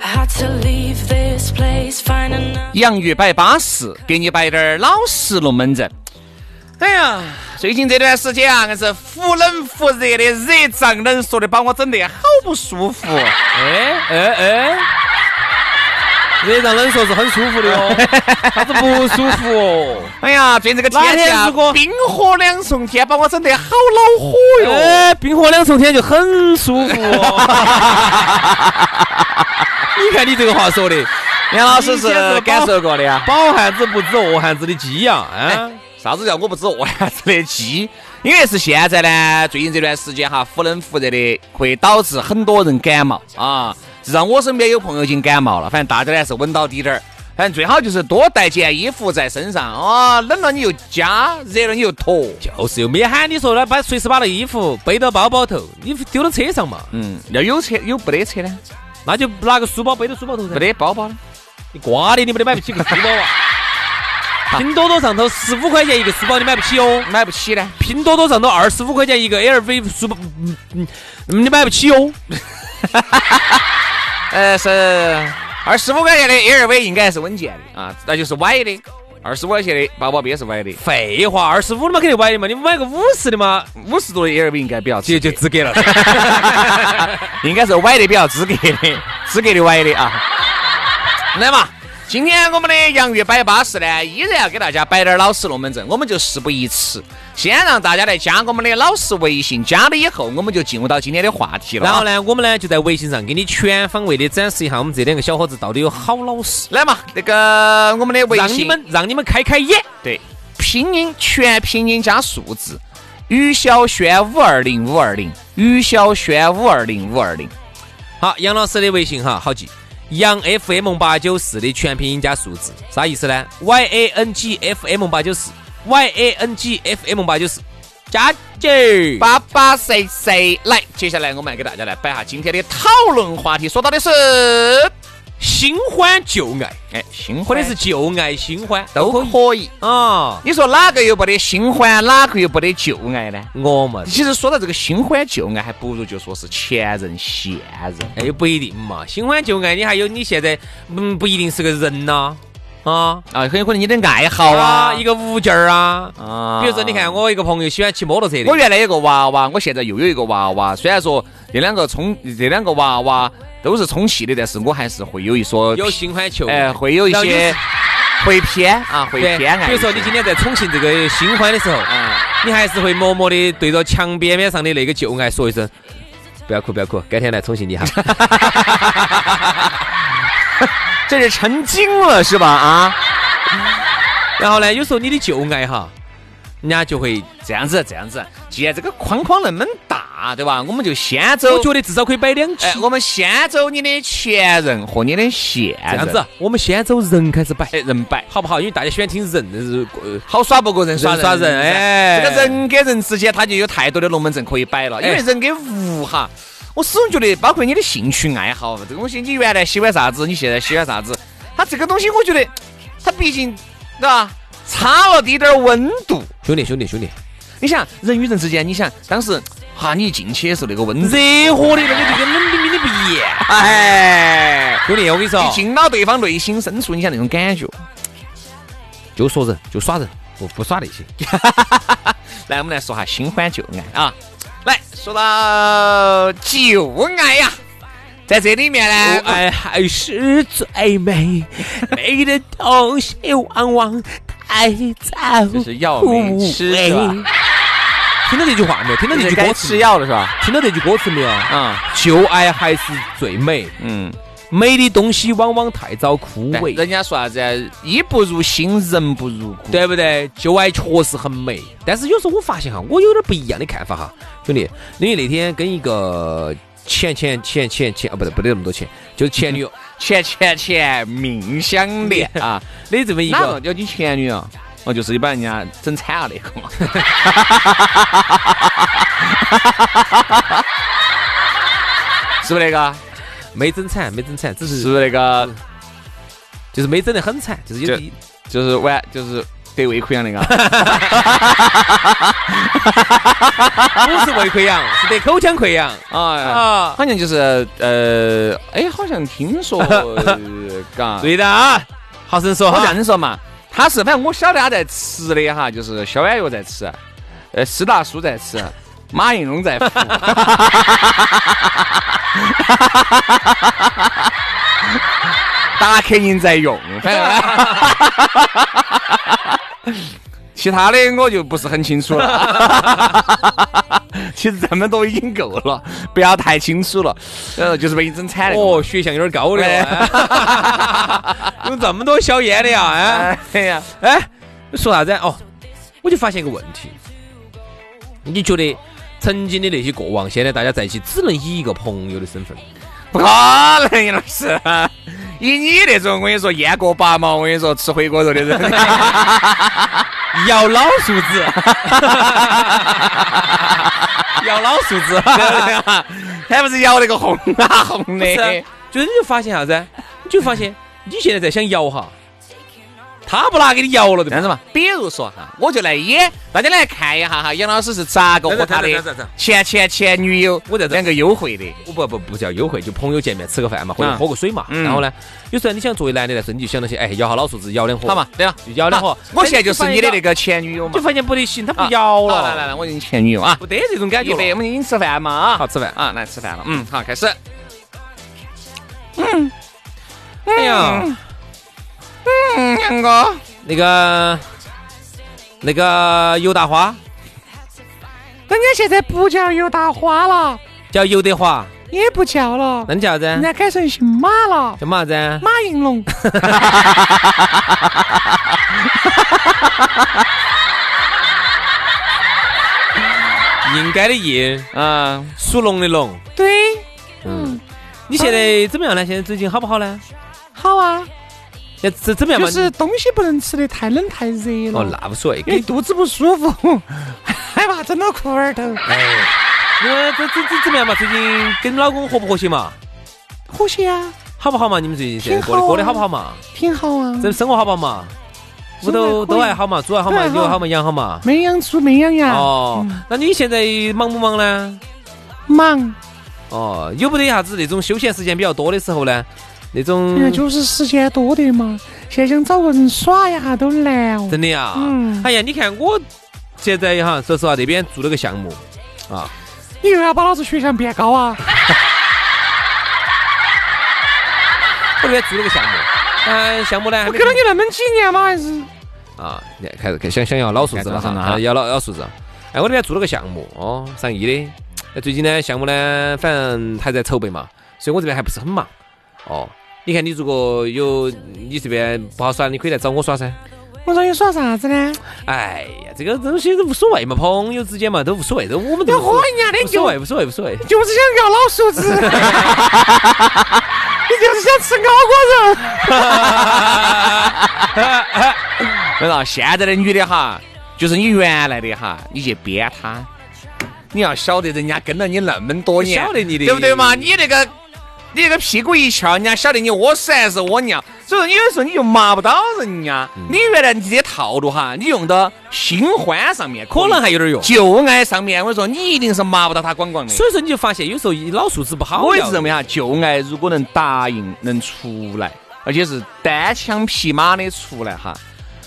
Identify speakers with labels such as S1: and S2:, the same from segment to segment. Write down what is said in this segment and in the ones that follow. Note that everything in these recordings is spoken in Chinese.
S1: I had to leave this place, find another.
S2: 洋芋摆巴适，给你摆点儿老实龙门阵。哎呀，最近这段时间啊，硬是忽冷忽热的，热胀冷缩的，把我整得好不舒服。
S3: 哎哎哎，热胀冷缩是很舒服的 哦，啥子不舒服哦？
S2: 哎呀，最近这个
S3: 哪
S2: 天气
S3: 天
S2: 啊
S3: 如果，
S2: 冰火两重天，把我整得好恼火哟。
S3: 哎，冰火两重天就很舒服、哦。 你看你这个话说的，
S2: 杨老师
S3: 你以前
S2: 是
S3: 是
S2: 感受过的呀、
S3: 饱汉子不知饿汉子的饥呀、啊！
S2: 哎啥子叫我不 止饿呀子的鸡？因为是现在呢，最近这段时间哈，忽冷忽热的，会导致很多人感冒啊。至少我身边有朋友已经感冒了，反正大家呢是稳到底点儿。反正最好就是多带件衣服在身上啊，冷了你就加，热了你就脱。
S3: 就是又没喊你说呢，把随时把那衣服背到包包头，你丢到车上嘛，
S2: 嗯，要有车有不得车呢？
S3: 那就拿个书包背到书包头噻
S2: 不。得包包呢？
S3: 你瓜的，你没得买不起个书包啊！ 拼多多上头十五块钱一个书包，你买不起哦。
S2: 买不起呢？
S3: 拼多多上头二十五块钱一个 LV 书包，嗯嗯，嗯你买不起哦。
S2: 呃，是二十五块钱的 LV 应该是稳健的啊，那就是歪的。二十五块钱的包包边是歪的，
S3: 废话，二十五的嘛肯定歪的嘛，你买个五十的嘛，
S2: 五十多的 LV 应该比较值
S3: 就就
S2: 得
S3: 资格了。
S2: 应该是歪的比较资格的，资格的歪的啊。来嘛，今天我们的洋芋摆巴士呢，依然要给大家摆点儿老实龙门阵，我们就事不宜迟，先让大家来加我们的老实微信，加了以后，我们就进入到今天的话题 了。啊
S3: 然后？呢，我们呢就在微信上给你全方位的展示一下我们这两个小伙子到底有好老实，
S2: 来嘛，那个我们的微信，
S3: 让你们让你们开开眼。
S2: 对拼音全拼音加数字，于小轩五二零五二零，于小轩五二零五二零。
S3: 好，杨老师的微信哈，好记，杨 FM 八九四的全拼音加数字，啥意思呢？Y A N G F M 八九四，Y A N G F M 八九四，加起。
S2: 八八 C C，来，接下来我们来给大家来摆下今天的讨论话题，说到的是，
S3: 新欢旧爱，
S2: 哎，新
S3: 或
S2: 婚
S3: 者
S2: 的
S3: 是
S2: 是
S3: 旧爱新欢
S2: 都
S3: 可以
S2: 可以。
S3: 啊。
S2: 你说哪个又不得新欢，哪个又不得旧爱呢？
S3: 我们
S2: 其实说到这个新欢旧爱，还不如就说是前任现任。
S3: 哎不一定嘛，新欢旧爱，你还有你现在嗯不一定是个人呐啊
S2: 啊，很有可能你的爱好啊，
S3: 一个物件儿啊。
S2: 啊，
S3: 比如说，你看，我一个朋友喜欢骑摩托车的
S2: 我，原来有个娃娃，我现在又有一个娃娃。虽然说这两个充这两个娃娃都是充气的，但是我还是会有一说，
S3: 有新欢旧
S2: 哎，
S3: 爱。
S2: 会有一
S3: 然后有
S2: 些
S3: 时
S2: 会偏啊，会
S3: 对，
S2: 偏爱一些。
S3: 比如说你今天在宠幸这个新欢的时候，
S2: 嗯。
S3: 你还是会默默的对着墙边边上的那个旧爱说一声：“不要哭，不要哭，改天来宠幸你哈。
S2: 这是成精了是吧？啊，”
S3: 然后呢，有时候你的旧爱哈，人家就会，
S2: 这样子这样子，既然这个框框那么大，对吧？我们就先走
S3: 我，觉得至少可以摆两期
S2: 哎，。我们先走你的前任和你的现
S3: 这
S2: 任，
S3: 样子，，我们先走人开始摆，
S2: 哎，人摆。
S3: 好不好？因为大家喜欢听人的是呃
S2: 好耍不过人耍
S3: 人耍人，
S2: 哎，
S3: 哎，
S2: 这个人跟人之间，他就有太多的龙门阵可以摆了。因为
S3: 哎
S2: 人跟物哈，我始终觉得，包括你的兴趣爱好这个东西，你原来喜欢啥子，你现在喜欢啥子，它这个东西，我觉得它毕竟，对吧？差了滴点儿温度。
S3: 兄弟兄弟兄弟，
S2: 你想人与人之间，你想当时哈你一进去的时候那个温度，
S3: 热和的那个就跟冷冰冰的不一样。
S2: 哎，
S3: 兄弟，我跟你说
S2: 你，进到对方内心深处，你想那种感觉。
S3: 就说人，就耍人，不不耍那些。
S2: 来，我们来说下
S3: 啊
S2: 新欢旧爱啊。来说到旧爱呀，在这里面呢，
S3: 我爱还是最美，美的东西往往太早
S2: 这是药没吃是吧
S3: 枯萎听到这句话没有？听到这
S2: 你
S3: 句
S2: 该
S3: 歌
S2: 吃
S3: 词？
S2: 药了是吧？
S3: 听到这句歌词没有？
S2: 啊，
S3: 旧爱还是最美，
S2: 嗯，
S3: 美的东西往往太早枯
S2: 但
S3: 萎，
S2: 人家说啥子啊？衣不如新，人不如骨。
S3: 对不对？旧爱确实很美，但是有时候我发现哈，我有点不一样的看法哈，兄弟，因为那天跟一个前前前前前啊，不对，不得那么多钱，就是前女友
S2: 前前前命相连啊，
S3: 的这么一
S2: 哪个
S3: 个，
S2: 叫你前女友？哦，就是你把人家整惨了那个 嘛。是不是那个？
S3: 没整惨，没整惨，只
S2: 是
S3: 是
S2: 不是那个？
S3: 就是没整得很惨，就是有
S2: 这就是玩，就是得胃溃疡那 个。哎
S3: 不是胃溃 疡，是得口腔溃疡
S2: 啊，
S3: 啊。
S2: 好像就是呃，哎，好像听说，呃 嘎、
S3: 对的啊，好生说
S2: 我这
S3: 哈，
S2: 样子说嘛，他是反正我晓得他在吃的哈，就是消炎药在吃，呃，施达苏在 吃，马应龙在服。达克宁在用，反正 其他的我就不是很清楚了。 其实这么多已经够了，不要太清楚了。呃，就是被你整惨了。
S3: 哦，血象有点高的哦，哎有这么多硝烟的呀，哎。
S2: 哎呀，
S3: 哎，你说啥子啊？哦，我就发现一个问题，你觉得曾经的那些过往，现在大家在一起只能以一个朋友的 身份，
S2: 不可能，杨老师，以你那种，我跟你说，烟锅八毛，我跟你说，吃回锅肉的人，
S3: 摇老树 枝，摇老树枝，
S2: 还不是摇那个红啊红
S3: 不是
S2: 的
S3: 啊，就是你就发现啥子啊？你就发现你现在在想摇哈，他不拿给你摇了，对
S2: 这
S3: 吧？
S2: 样子嘛。比如说哈，我就来演，大家来看一下哈，杨老师是咋个和他
S3: 等等等等
S2: 的
S3: 等
S2: 前前前女友
S3: 我在这
S2: 两个幽会的？
S3: 不不不不叫优惠，就朋友见面吃个饭嘛，或者
S2: 嗯
S3: 喝个水嘛。
S2: 嗯
S3: 然后呢，有时候你想作为男的来说，你就想到些，哎，摇下老树枝，摇两下，
S2: 好嘛，，对吧？
S3: 就摇两下。
S2: 我现在就是你的那
S3: 个。
S2: 个前女友嘛
S3: 哎就。发现不得行，他
S2: 啊
S3: 不摇了。
S2: 好来来来，我是你前女友啊。
S3: 不得这种感觉
S2: 预备，
S3: 了。
S2: 我们已经吃饭嘛啊。
S3: 好，吃饭。
S2: 啊，来吃饭了。嗯，好，开始。
S3: 哎呀，
S2: 嗯，杨哥，
S3: 那个那个尤大花
S4: 人家现在不叫尤大花了，
S3: 叫尤德华，
S4: 也不叫了，
S3: 那你叫啥
S4: 人
S3: 子？
S4: 家改成姓马了，
S3: 叫嘛子？
S4: 马应龙。
S3: 应该的应，
S2: 嗯，
S3: 属龙的龙。
S4: 对，
S3: 你现在怎么样呢？现在最近好不好呢？
S4: 好啊，
S3: 现在怎怎么样嘛？
S4: 就是东西不能吃的太冷太热
S3: 哦，
S4: 了，
S3: 那无所谓。
S4: 因为肚子不舒服，哎害怕整到裤儿头。
S3: 你们这这哎这怎么样嘛？最近跟老公和不和谐嘛？
S4: 呼吸啊，
S3: 好不好嘛？你们最近现在过
S4: 挺
S3: 得
S4: 好啊
S3: 过得好不好嘛？
S4: 挺好啊，
S3: 这生活好不好嘛？屋头
S4: 生活还可以
S3: 都还好嘛？猪还好嘛？
S4: 对啊哈啊嗯
S3: 牛好嘛？羊好嘛？
S4: 没养猪没养羊，
S3: 哦，那你现在忙不忙呢？嗯
S4: 忙，
S3: 哦，有没得啥子那种休闲时间比较多的时候呢？那种
S4: 哎呀，就是时间多的嘛，现在想找个人耍一下都难哦。
S3: 真的呀？
S4: 嗯
S3: 哎呀，你看我现在哈，说实话，这边做了个项目啊，
S4: 你又要把老子血量变高啊？
S3: 哎我这边做了个项目，嗯、项目呢，还
S4: 我
S3: 没
S4: 跟了你那么几年嘛，还是
S3: 啊，你看开始开始想想要老数字了
S2: 开始
S3: 哈，
S2: 了
S3: 啊
S2: 哈
S3: 要老要数字。哎，我这边做了个项目哦，上亿的。那最近呢，项目呢，反正还在筹备嘛，所以我这边还不是很忙。哦，你看你如果有你这边不好耍，你可以来找我耍噻。
S4: 我让你耍啥子呢？
S3: 哎呀，这个东西都无所谓嘛，朋友之间嘛都无所谓，都我们都
S4: 要
S3: 无所
S4: 喝
S3: 谓
S4: 人家的
S3: 无所
S4: 酒，
S3: 谓，无所谓，无所谓。
S4: 就是想要老鼠子， 你就是想吃熬锅肉。
S2: 知道现在的女的哈，就是你原来的哈，你去编她，你要晓得人家跟了你那么多年，
S3: 晓得你的
S2: 对不对嘛？你那个你那个屁股一翘，人家晓得你屙屎还是屙尿，所以说有的时候你就麻不到人家。
S3: 嗯
S2: 你原来你这些套路哈，你用到新欢上面，
S3: 可能还有点用。
S2: 旧爱上面，我说你一定是麻不到他光光的。
S3: 所以说你就发现有时候老素质不好，
S2: 我一直认为哈，旧爱如果能答应能出来，而且是单枪匹马的出来哈，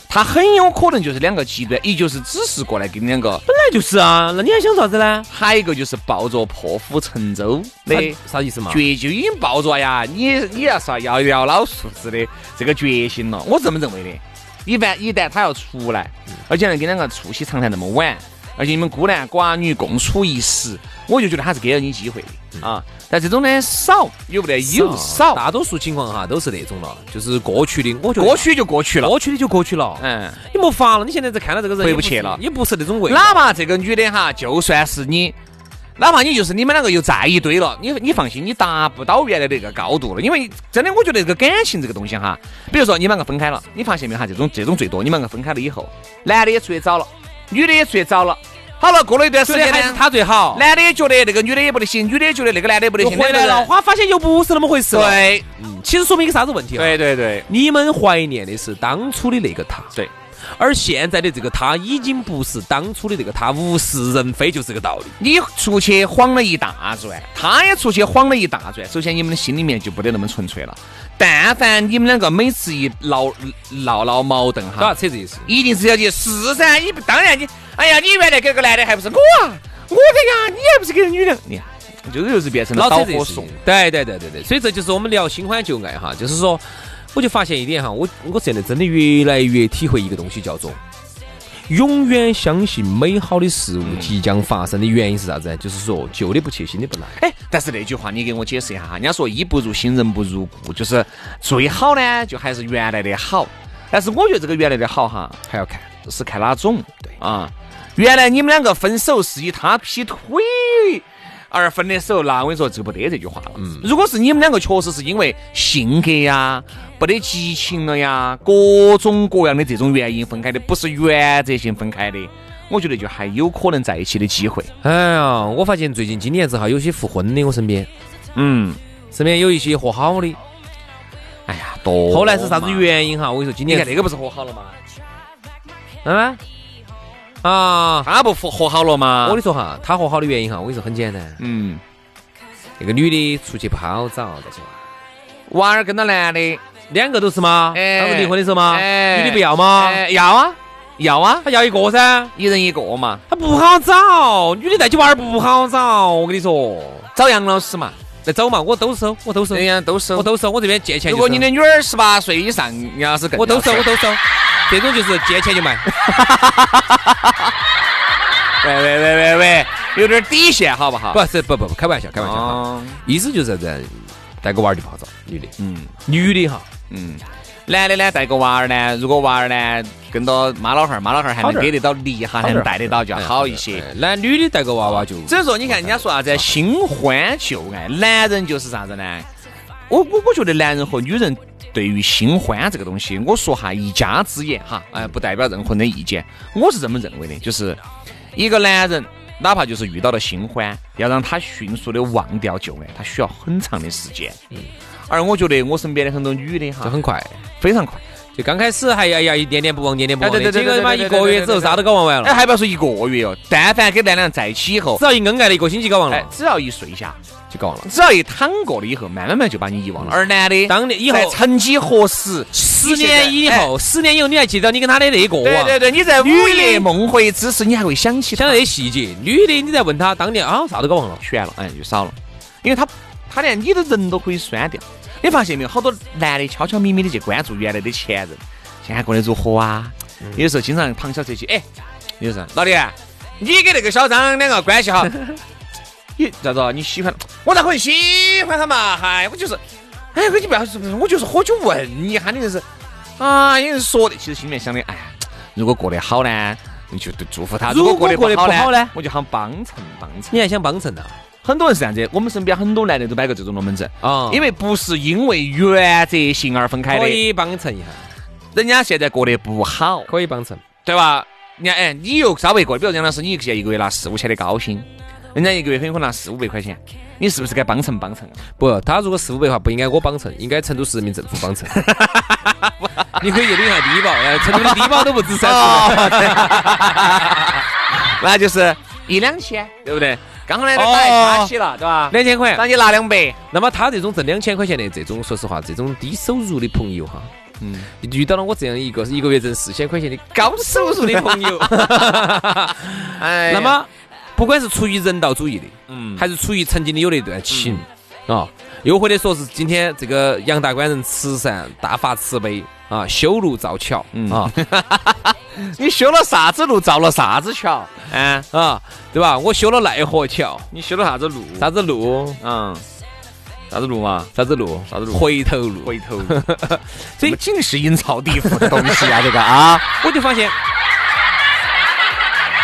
S2: 它很有可能就是两个极端，一就是只是过来跟你两个，
S3: 本来就是啊，那你还想啥子呢？
S2: 还有一个就是抱着破釜沉舟的
S3: 啥啥意思嘛？
S2: 决就已经抱着呀，你你要啥要要老素质的这个决心了，我这么认为的。一旦一旦他要出来，而且呢跟两个促膝长谈那么晚，而且你们孤男寡女共处一室，我就觉得他是给了你机会的啊。但这种呢少，有不得有少，
S3: 大多数情况哈都是那种了，就是过去的，我觉得
S2: 过去就过去了。
S3: 过去的就过去了。
S2: 嗯，
S3: 你没法了，你现在在看到这个人
S2: 回
S3: 也
S2: 不去
S3: 是
S2: 了
S3: 也不是那种味道。
S2: 哪怕这个女的哈，就算是你，哪怕你就是你们两个又在一堆了，你你放心，你达不到原来的那个高度了，因为真的，我觉得这个感情这个东西哈，比如说你们两个分开了，你发现没有哈，这种这种最多，你们两个分开了以后，男的也出去找了，女的也出去找了，好了，过了一段时
S3: 所以
S2: 间
S3: 还是
S2: 呢，
S3: 他最好。
S2: 男的也觉得那个女的也不得行，女的也觉得那个男的也不得
S3: 又
S2: 行，
S3: 回来
S2: 两个
S3: 了，
S2: 人
S3: 花发现又不是那么回事了。
S2: 对
S3: 嗯，其实说明一个啥子问题啊？
S2: 对对对，
S3: 你们怀念的是当初的那个他，
S2: 对，
S3: 而现在的这个他已经不是当初的这个他，物是人非就是个道理。
S2: 你出去晃了一大转，他也出去晃了一大转。首先，你们的心里面就不得那么纯粹了。但凡你们两个每次一闹闹闹矛盾
S3: 搞啥
S2: 哈，
S3: 扯啊这意思？
S2: 一定是要去是噻。你不当然你，哎呀，你原来跟个男的还不是我啊，我的呀，你还不是跟女的，你看，就是又是变成了
S3: 老
S2: 导
S3: 扯这意
S2: 火
S3: 思
S2: 索。。
S3: 对对对对对，所以这就是我们聊新欢旧爱哈，就是说，我就发现一点哈，我我现在真的越来越体会一个东西，叫做永远相信美好的事物即将发生的原因是啥子呢？就是说旧的不去，新的不来。
S2: 哎，但是那句话你给我解释一下哈，人家说衣不如新，人不如故，就是最好呢，就还是原来的好。但是我觉得这个原来的好哈，还要看是看哪种。对啊，原来你们两个分手是以他劈腿而分的时候，那我跟你说就不得这句话了。嗯，如果是你们两个确实是因为性格呀、不得激情了呀，各种各样的这种原因分开的，不是原则性分开的，我觉得就还有可能在一起的机会。
S3: 哎呀，我发现最近今年子哈，有些复婚的我身边，
S2: 嗯，
S3: 身边有一些和好的，
S2: 哎呀，多
S3: 后来是啥子
S2: 嘛
S3: 原因哈？我跟你说，今
S2: 你
S3: 年
S2: 看那个不是和好了吗？
S3: 嗯啊，
S2: 他不和和好了吗
S3: 我跟你说哈，他和好的原因哈，我跟你说很简单，
S2: 嗯，
S3: 那个女的出去不好找，再说
S2: 娃儿跟到男的，
S3: 两个都是吗？
S2: 哎
S3: 当时啊离婚的时候吗？
S2: 哎
S3: 女的不要吗？
S2: 哎要啊，要啊，
S3: 他要一个噻，
S2: 一人一个嘛，
S3: 他不好找，女的带起娃儿不好找，我跟你说，
S2: 找杨老师嘛，
S3: 来找嘛，我都收，我都收
S2: 人，家都收
S3: 我。都收，我这边见钱就啊
S2: 如
S3: 收
S2: 果你的女儿十八岁以上，杨老师更
S3: 我都收，
S2: 收，
S3: 我都收，这种就是见钱就 卖，
S2: 喂喂喂喂喂，有点底线好不好？
S3: 不啊是不不不，开玩笑开玩笑哈，
S2: 哦，
S3: 意思就是啥子？带个娃儿就不好找，女的，
S2: 嗯
S3: 女的哈，
S2: 嗯，男的呢带个娃儿呢，如果娃儿呢跟到妈老汉儿，妈老汉儿还
S3: 好点
S2: 能
S3: 儿
S2: 给得到力哈，还能带得到就好一些。
S3: 哎男女的带个娃娃就，
S2: 只能说，你看人家说啥子新欢旧爱，男人就是啥子呢？我我我觉得男人和女人对于新欢这个东西，我说哈一家之言哈，哎，不代表任何人的意见，我是这么认为的，就是一个男人。哪怕就是遇到了新欢，要让他迅速的忘掉旧爱，他需要很长的时间。而我觉得我身边的很多女的
S3: 嗯就
S2: 哈，
S3: 很快，
S2: 非常快。
S3: 就刚开始还要要一点点不忘，点点不忘
S2: 哎对
S3: 的，
S2: 对
S3: 结
S2: 对
S3: 果他妈
S2: 对
S3: 一
S2: 对对
S3: 个月之后啥都搞忘完
S2: 哎，
S3: 了，
S2: 还不要说一个月哦，但凡跟男人在一起以后
S3: 只，要一恩爱的一个星期搞忘
S2: 哎
S3: 了，
S2: 只要一睡下，
S3: 就搞忘了。
S2: 只要一躺过了以后，慢慢慢就把你遗忘了。而男的
S3: 当年以
S2: 嗯以
S3: 后
S2: 后曾几何时，
S3: 十
S2: 十
S3: 年以，后，十年以后你还记得你跟他的那一个
S2: 对
S3: 哇？
S2: 哎对对，你在午
S3: 女的
S2: 夜梦回之时，你还会想起他
S3: 想到那些细节，女的你再问她当年啊啥都搞忘了，
S2: 悬了，哎，就少了，因为他他连你的人都可以删掉。你发现没有，好多男的悄悄咪咪的去关注原来的前任，现在过得如何啊？有时候经常旁敲侧击，哎，有时候老李，你跟那个小张两个关系好，你咋子啊？你喜欢？我咋可能喜欢他嘛？嗨，我就是，哎，我你不要，我就是喝酒问你，喊你就是，啊，有人说的，其实心里面想的，哎呀，如果过得好呢，你就祝福他；
S3: 如果
S2: 过得
S3: 过得
S2: 好
S3: 不好呢
S2: 我就想帮衬帮衬。
S3: 你还想帮衬啊呢？
S2: 很多人是这样子，我们身边很多男的都摆过这种龙门阵
S3: 啊
S2: 因为不是因为原则性而分开
S3: 可
S2: 的，
S3: 以帮衬一下，
S2: 人家现在过得不好，
S3: 可以帮衬。
S2: 对吧？人家哎，你又稍微过，比如杨老师，你现在一个月拿四五千的高薪，人家一个月很可能拿四五百块钱，你是不是该帮衬帮衬？啊
S3: 不，他如果四五百的话，不应该我帮衬，应该成都市人民政府帮衬。你可以去领一下低保，哎成都的低保都不止三
S2: 啊
S3: 十。
S2: 哦那就是一两千，对不对？刚好呢，打一卡起了，对吧？
S3: 两千块，
S2: 那你拿两百，
S3: 那么他这种挣两千块钱的这种，说实话，这种低收入的朋友哈，
S5: 嗯，遇到了我这样一个一个月挣四千块钱的高收入的朋 友，
S2: 哎
S5: 那么不管是出于人道主义的，嗯，还是出于曾经的有那段情
S2: 嗯
S5: 啊，又或者说是今天这个杨大官人慈善大发慈悲啊，修路造桥
S2: 嗯
S5: 啊
S2: 你修了啥子路，造了啥子桥？嗯，
S5: 啊，对吧？我修了奈何桥，
S2: 你修了啥子路？
S5: 啥子路？
S2: 嗯，啥子路嘛？
S5: 啥子路？
S2: 啥子路
S5: 回头路。
S2: 回头，这尽是阴曹地府的东西啊！这个啊，
S5: 我就发现，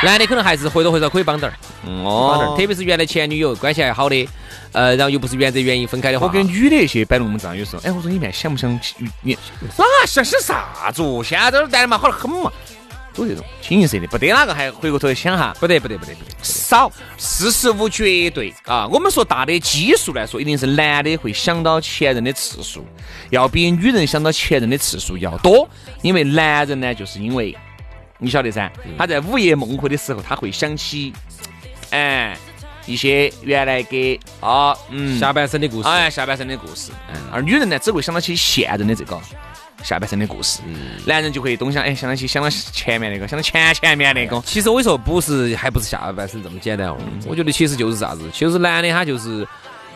S5: 男的可能还是或多或少可以帮点儿，帮点儿，
S2: 哦
S5: 特别是原来前女友关系还好的，呃，然后又不是原则原因分开的话，
S2: 我跟女的一些摆龙门阵，有时候，哎，我说你们想不想去？你哪想想啥子哦？现在这男的嘛，好得很嘛，都这种清一色的，不得哪个还回过头想哈，
S5: 不得不得不得不得，
S2: 少，事实无绝对啊。我们说大的基数来说，一定是男的会想到前任的次数，要比女人想到前任的次数要多。因为男人呢，就是因为你晓得噻，他在午夜梦回的时候，他会想起，哎，一些原来给啊，嗯，
S5: 下半生的故事，
S2: 哎，下半生的故事。嗯，而女人呢，只会想到起现任的这个下半生的故事，男人就会东想，哎，想到起想到前面那个，想到前前面那个。
S5: 其实我跟你说，不是还不是下半身这么简单哦，我觉得其实就是啥子，其实男的他就是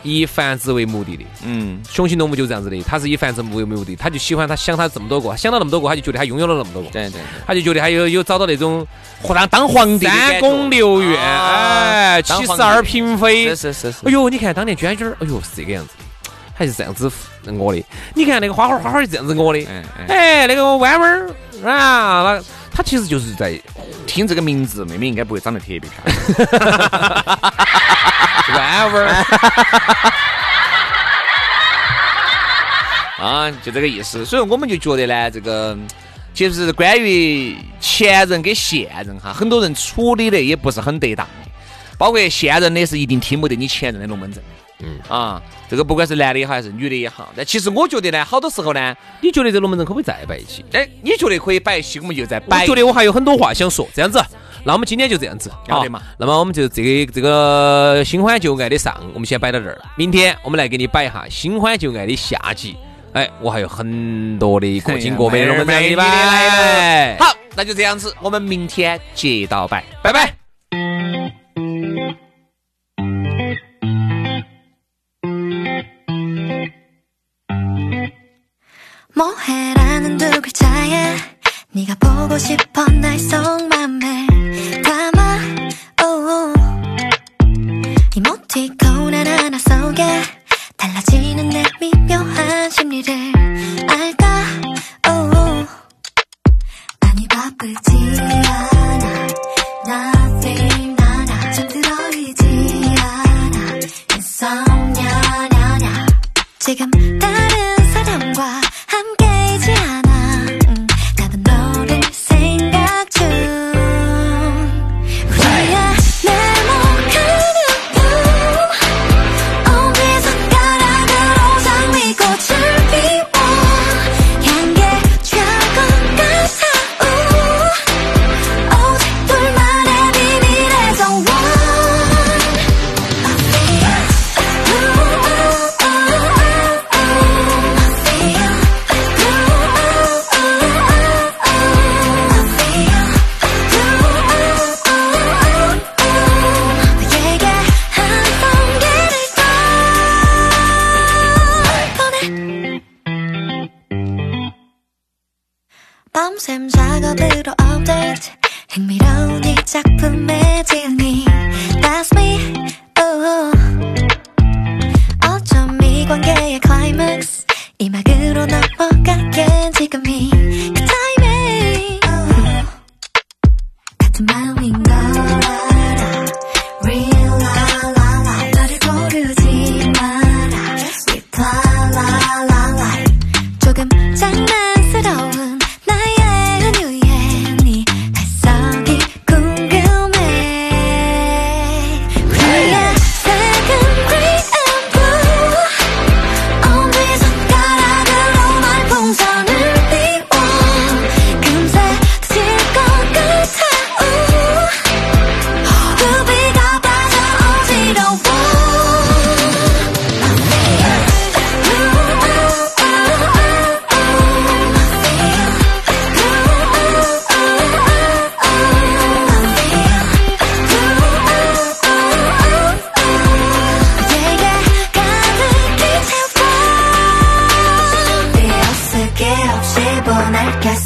S5: 以繁殖为目的的，
S2: 嗯，
S5: 雄性动物就是这样子的，他是以繁殖为目的，他就喜欢他想他这么多个，想到那么多个，他就觉得他拥有了那么多个，
S2: 对对对。
S5: 他就觉得他有有找到那种
S2: 和他当皇帝的感觉
S5: 三宫六院，
S2: 啊
S5: 哎，
S2: 当
S5: 七
S2: 皇
S5: 十
S2: 帝
S5: 二嫔妃，
S2: 是是是是
S5: 哎呦，你看当年娟娟儿，哎呦是这个样子的，还是这样子我的。你看那个花花，花花是这样子我的。
S2: 嗯嗯
S5: 哎，那个弯弯儿啊，那他其实就是在
S2: 听这个名字，妹妹应该不会长得特别漂亮。
S5: 弯弯儿。
S2: 啊，就这个意思。所以我们就觉得呢，这个其实关于前任跟现任哈，很多人处理的也不是很得当的，包括现任的是一定听不得你前任的龙门阵。嗯啊，这个不管是男的也好还是女的也好，但其实我觉得呢，好多时候呢，
S5: 你觉得这龙门阵可不可以再摆一期？
S2: 哎，你觉得可以摆一期，我们就再
S5: 我
S2: 摆。
S5: 觉得我还有很多话想说，这样子，那我们今天就这样子，啊
S2: 要得嘛
S5: 那么我们就这个这个新欢旧爱的上，我们先摆到这儿，明天我们来给你摆一下新欢旧爱的下集。哎，我还有很多的各经哎各美的龙哎门阵给你摆。
S2: 好，那就这样子，我们明天接到摆，拜拜。
S6: 뭐해라는 두 글자에 네가 보고 싶어 날 속맘에 담아 오. 이모티콘 하나하나 속에 달라지는 내 미묘한 심리를 알까 오. 많이 바쁘지 않아 Nothing 나나 잠들어 있지 않아 insomnia 지금 다른 사람과 함께이지 않아 음, 나도 너를 생각 중 우리야 네모가는 밤 어디선가락으로 장미꽃을 피워 향기 최고가 사우 오직 둘만의 비밀의 정원 I feel you I feel you I feel you 너에게 한 번개를 더 보내 밤샘 작업으로 업데이트 흥미로운 이 작품의 진리 That's me oh. 어쩜 이 관계의 클라이맥스 이 막으로 넘어가게 지금이 그 타이밍 같은 마음인 걸 알아 Real la la la 나를 고르지 마라 Sweet la la la la 조금 장난스러운 나의 은유에 네 발성이 궁금해 우리의 second grade and blue 엄지 손가락으로 날 풍선을 띄워 금세 질것 같아 우 두비가 빠져 어지러워 I feel you 원할겠어